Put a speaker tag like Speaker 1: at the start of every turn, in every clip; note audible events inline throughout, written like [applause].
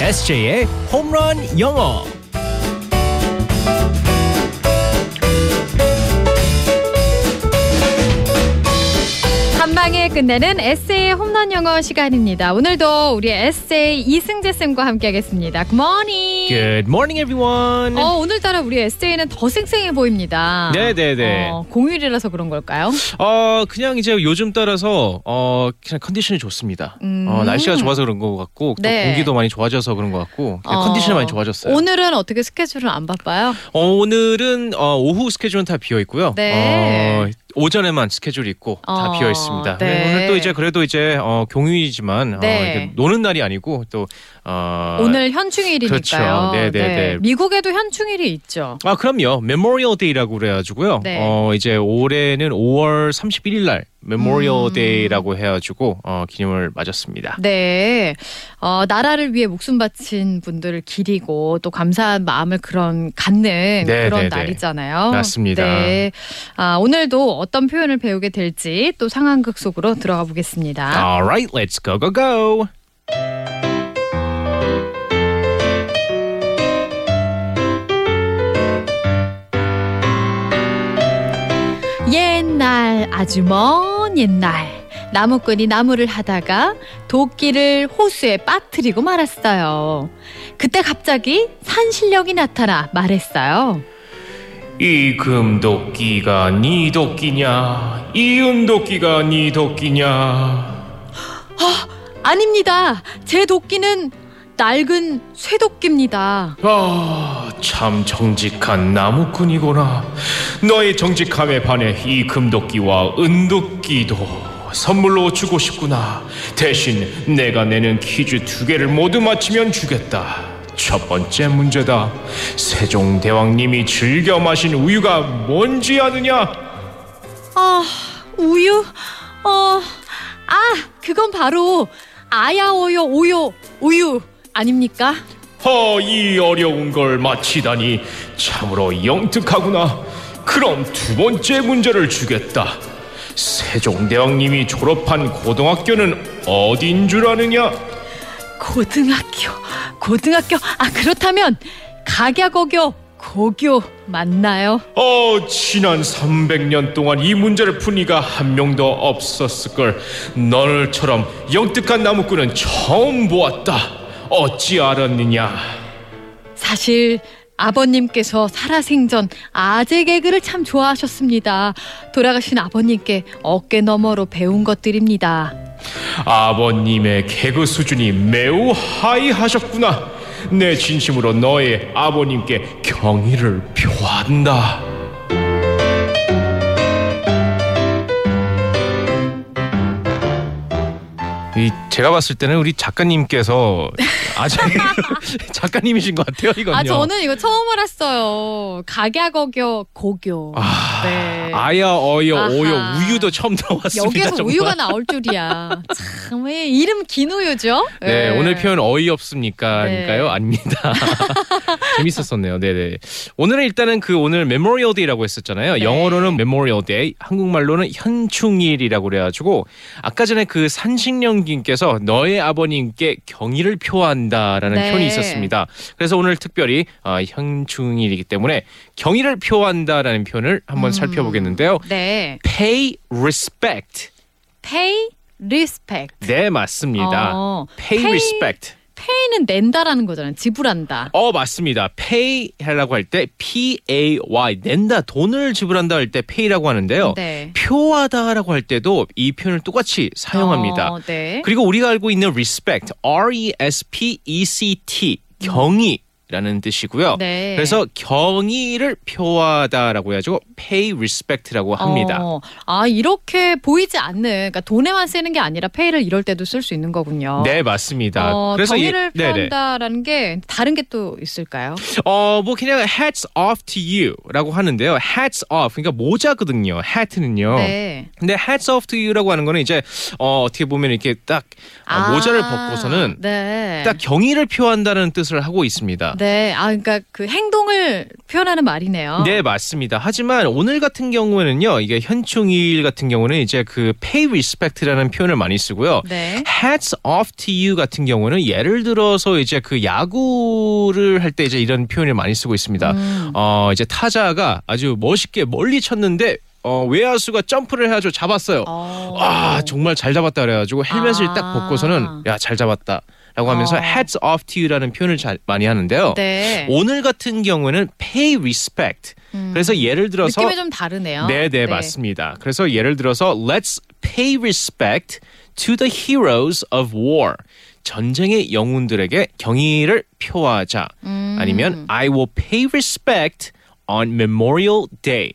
Speaker 1: SJ의 홈런 영어.
Speaker 2: 한방에 끝내는 에세이 홈런 영어 시간입니다. 오늘도 우리 에세이 이승재 쌤과 함께하겠습니다. Good morning.
Speaker 1: Good morning, everyone.
Speaker 2: 어, 오늘따라 우리 에세이는 더 쌩쌩해 보입니다.
Speaker 1: 네네네.
Speaker 2: 어, 공휴일이라서 그런 걸까요?
Speaker 1: 어 그냥 이제 요즘 따라서 어 그냥 컨디션이 좋습니다.
Speaker 2: 음.
Speaker 1: 어 날씨가 좋아서 그런 것 같고 또
Speaker 2: 네.
Speaker 1: 공기도 많이 좋아져서 그런 것 같고 그냥
Speaker 2: 어,
Speaker 1: 컨디션이 많이 좋아졌어요.
Speaker 2: 오늘은 어떻게 스케줄은 안 바빠요?
Speaker 1: 어, 오늘은 어, 오후 스케줄은 다 비어 있고요.
Speaker 2: 네.
Speaker 1: 어, 오전에만 스케줄이 있고 다
Speaker 2: 어,
Speaker 1: 비어 있습니다.
Speaker 2: 네.
Speaker 1: 오늘 또 이제 그래도 이제 어, 경유이지만 어,
Speaker 2: 네.
Speaker 1: 이렇게 노는 날이 아니고 또 어,
Speaker 2: 오늘 현충일이니까요.
Speaker 1: 그렇죠. 네, 네, 네.
Speaker 2: 미국에도 현충일이 있죠.
Speaker 1: 아 그럼요. 메모리얼 데이라고 그래가지고요.
Speaker 2: 네.
Speaker 1: 어 이제 올해는 5월 31일 날 메모리얼
Speaker 2: 음.
Speaker 1: 데이라고 해가지고 어, 기념을 맞았습니다.
Speaker 2: 네. 어, 나라를 위해 목숨 바친 분들을 기리고 또 감사한 마음을 그런 갖는
Speaker 1: 네,
Speaker 2: 그런
Speaker 1: 네, 네.
Speaker 2: 날이잖아요.
Speaker 1: 맞습니다.
Speaker 2: 네. 아, 오늘도 어떤 표현을 배우게 될지 또 상황극 속으로 들어가 보겠습니다.
Speaker 1: Alright, let's go go go.
Speaker 2: 옛날 아주 먼 옛날 나무꾼이 나무를 하다가 도끼를 호수에 빠뜨리고 말았어요. 그때 갑자기 산신령이 나타나 말했어요.
Speaker 1: 이 금도끼가 니 도끼냐? 이 은도끼가 니 도끼냐?
Speaker 2: 아닙니다. 제 도끼는 낡은 쇠도끼입니다.
Speaker 1: 아, 참 정직한 나무꾼이구나. 너의 정직함에 반해 이 금도끼와 은도끼도 선물로 주고 싶구나. 대신 내가 내는 퀴즈 두 개를 모두 맞히면 주겠다. 첫 번째 문제다. 세종대왕님이 즐겨 마신 우유가 뭔지 아느냐?
Speaker 2: 아, 우유? 어, 아, 그건 바로 아야오요 오요 우유 아닙니까?
Speaker 1: 허, 이 어려운 걸 마치다니 참으로 영특하구나. 그럼 두 번째 문제를 주겠다. 세종대왕님이 졸업한 고등학교는 어딘 줄 아느냐?
Speaker 2: 고등학교, 고등학교. 아, 그렇다면 각야고교, 고교 맞나요?
Speaker 1: 어, 지난 300년 동안 이 문제를 푼 이가 한 명도 없었을걸. 너처럼 영특한 나무꾼은 처음 보았다. 어찌 알았느냐?
Speaker 2: 사실 아버님께서 살아생전 아재 개그를 참 좋아하셨습니다. 돌아가신 아버님께 어깨 너머로 배운 것들입니다.
Speaker 1: 아버님의 개그 수준이 매우 하이하셨구나. 내 진심으로 너의 아버님께 경의를 표한다. 이 제가 봤을 때는 우리 작가님께서 아직
Speaker 2: [laughs]
Speaker 1: 작가님이신 것 같아요 이건요.
Speaker 2: 아, 저는 이거 처음 알았어요. 각야거교, 고교.
Speaker 1: 아,
Speaker 2: 네.
Speaker 1: 아야 어여
Speaker 2: 아하.
Speaker 1: 오여 우유도 처음 나왔습니다.
Speaker 2: 여기에서
Speaker 1: 정말.
Speaker 2: 우유가 나올 줄이야. 참, 왜 이름 긴 우유죠?
Speaker 1: 네,
Speaker 2: 예.
Speaker 1: 오늘 표현 어이없습니까니까요?
Speaker 2: 네. [laughs]
Speaker 1: 아닙니다. [laughs] 재밌었었네요. 네, 네. 오늘은 일단은 그 오늘 메모리얼 데이라고 했었잖아요.
Speaker 2: 네.
Speaker 1: 영어로는 메모리얼 데이, 한국말로는 현충일이라고 그래 가지고 아까 전에 그 산식령님께서 너의 아버님께 경의를 표한다라는
Speaker 2: 네.
Speaker 1: 표현이 있었습니다. 그래서 오늘 특별히 어, 현충일이기 때문에 경의를 표한다라는 표현을 한번
Speaker 2: 음.
Speaker 1: 살펴보겠는데요.
Speaker 2: 네.
Speaker 1: pay respect.
Speaker 2: pay respect.
Speaker 1: 네, 맞습니다.
Speaker 2: 어,
Speaker 1: pay
Speaker 2: pay-
Speaker 1: respect.
Speaker 2: pay는 낸다라는 거잖아요. 지불한다.
Speaker 1: 어 맞습니다. pay 하려고 할 때 p a y 낸다 돈을 지불한다 할 때 pay라고 하는데요.
Speaker 2: 네.
Speaker 1: 표하다라고 할 때도 이 표현을 똑같이 사용합니다.
Speaker 2: 어, 네.
Speaker 1: 그리고 우리가 알고 있는 respect r e s p e c t 경의 라는 뜻이고요.
Speaker 2: 음. 네.
Speaker 1: 그래서 경의를 표하다라고 해가지고 pay respect라고 합니다.
Speaker 2: 어, 아 이렇게 보이지 않는, 그러니까 돈에만 쓰는 게 아니라 pay를 이럴 때도 쓸 수 있는 거군요.
Speaker 1: 네 맞습니다.
Speaker 2: 어,
Speaker 1: 이-
Speaker 2: 경의를
Speaker 1: 네네.
Speaker 2: 표한다라는 게 다른 게 또 있을까요?
Speaker 1: 어, 뭐 그냥 hats off to you라고 하는데요. hats off 그러니까 모자거든요. hat는요.
Speaker 2: 네.
Speaker 1: 근데 hats off to you라고 하는 거는 이제 어, 어떻게 보면 이렇게 딱 어, 모자를 벗고서는
Speaker 2: 아. 네.
Speaker 1: 딱 경의를 표한다는 뜻을 하고 있습니다.
Speaker 2: 네, 아 그러니까 그 행동을 표현하는 말이네요.
Speaker 1: 네 맞습니다. 하지만 오늘 같은 경우에는요 이게 현충일 같은 경우는 이제 그 pay respect라는 표현을 많이 쓰고요.
Speaker 2: 네.
Speaker 1: Hats off to you 같은 경우는 예를 들어서 이제 그 야구를 할 때 이제 이런 표현을 많이 쓰고 있습니다.
Speaker 2: 음.
Speaker 1: 어 이제 타자가 아주 멋있게 멀리 쳤는데 어 외야수가 점프를 해가지고 잡았어요.
Speaker 2: 어.
Speaker 1: 아 정말 잘 잡았다 그래가지고 헬멧을
Speaker 2: 아.
Speaker 1: 딱 벗고서는 야 잘 잡았다라고 하면서
Speaker 2: 어.
Speaker 1: hats off to you라는 표현을 잘 많이 하는데요.
Speaker 2: 네.
Speaker 1: 오늘 같은 경우는 pay respect.
Speaker 2: 음.
Speaker 1: 그래서 예를 들어서
Speaker 2: 느낌이 좀 다르네요.
Speaker 1: 네, 네, 맞습니다. 그래서 예를 들어서 let's pay respect to the heroes of war. 전쟁의 영웅들에게 경의를 표하자.
Speaker 2: 음.
Speaker 1: 아니면 I will pay respect on Memorial Day.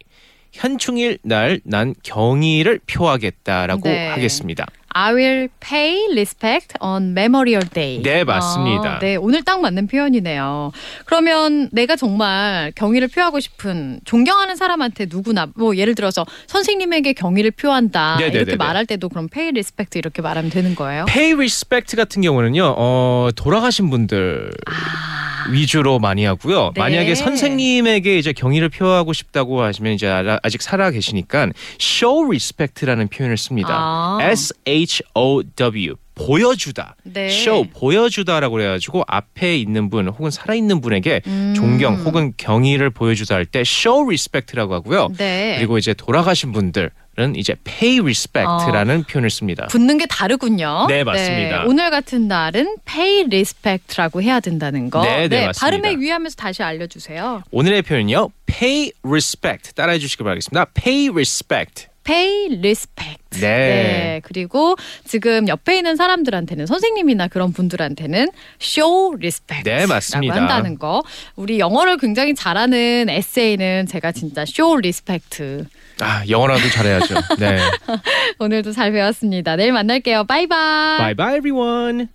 Speaker 1: 현충일 날 난 경의를 표하겠다라고
Speaker 2: 네.
Speaker 1: 하겠습니다.
Speaker 2: I will pay respect on Memorial Day.
Speaker 1: 네, 맞습니다.
Speaker 2: 아, 네, 오늘 딱 맞는 표현이네요. 그러면 내가 정말 경의를 표하고 싶은 존경하는 사람한테 누구나 뭐 예를 들어서 선생님에게 경의를 표한다
Speaker 1: 네, 네,
Speaker 2: 이렇게
Speaker 1: 네, 네.
Speaker 2: 말할 때도 그럼 pay respect 이렇게 말하면 되는 거예요?
Speaker 1: pay respect 같은 경우는요. 어, 돌아가신 분들 위주로 많이 하고요.
Speaker 2: 아. 네.
Speaker 1: 만약에 선생님에게 이제 경의를 표하고 싶다고 하시면 이제 알아- 아직 살아 계시니까 show respect라는 표현을 씁니다.
Speaker 2: 아.
Speaker 1: S H O W 보여주다.
Speaker 2: 네.
Speaker 1: show 보여주다라고 그래 가지고 앞에 있는 분 혹은 살아 있는 분에게
Speaker 2: 음.
Speaker 1: 존경 혹은 경의를 보여주다 할 때 show respect라고 하고요.
Speaker 2: 네.
Speaker 1: 그리고 이제 돌아가신 분들은 이제 pay
Speaker 2: 어.
Speaker 1: respect라는 표현을 씁니다.
Speaker 2: 붙는 게 다르군요.
Speaker 1: 네, 맞습니다.
Speaker 2: 오늘 같은 날은 pay respect라고 해야 된다는 거.
Speaker 1: 네, 네, 맞습니다.
Speaker 2: 발음에 유의하면서 다시 알려주세요.
Speaker 1: 오늘의 표현은요. pay respect 따라해 주시기 바라겠습니다. pay respect.
Speaker 2: pay respect.
Speaker 1: 네.
Speaker 2: 그리고 지금 옆에 있는 사람들한테는 선생님이나 그런 분들한테는 show respect.
Speaker 1: 네, 맞습니다.
Speaker 2: 라고 한다는 거. 우리 영어를 굉장히 잘하는 에세이는 제가 진짜 show respect.
Speaker 1: 아, 영어라도 잘해야죠. 네.
Speaker 2: 오늘도 잘 배웠습니다. 내일 만날게요. 바이바이.
Speaker 1: bye bye everyone.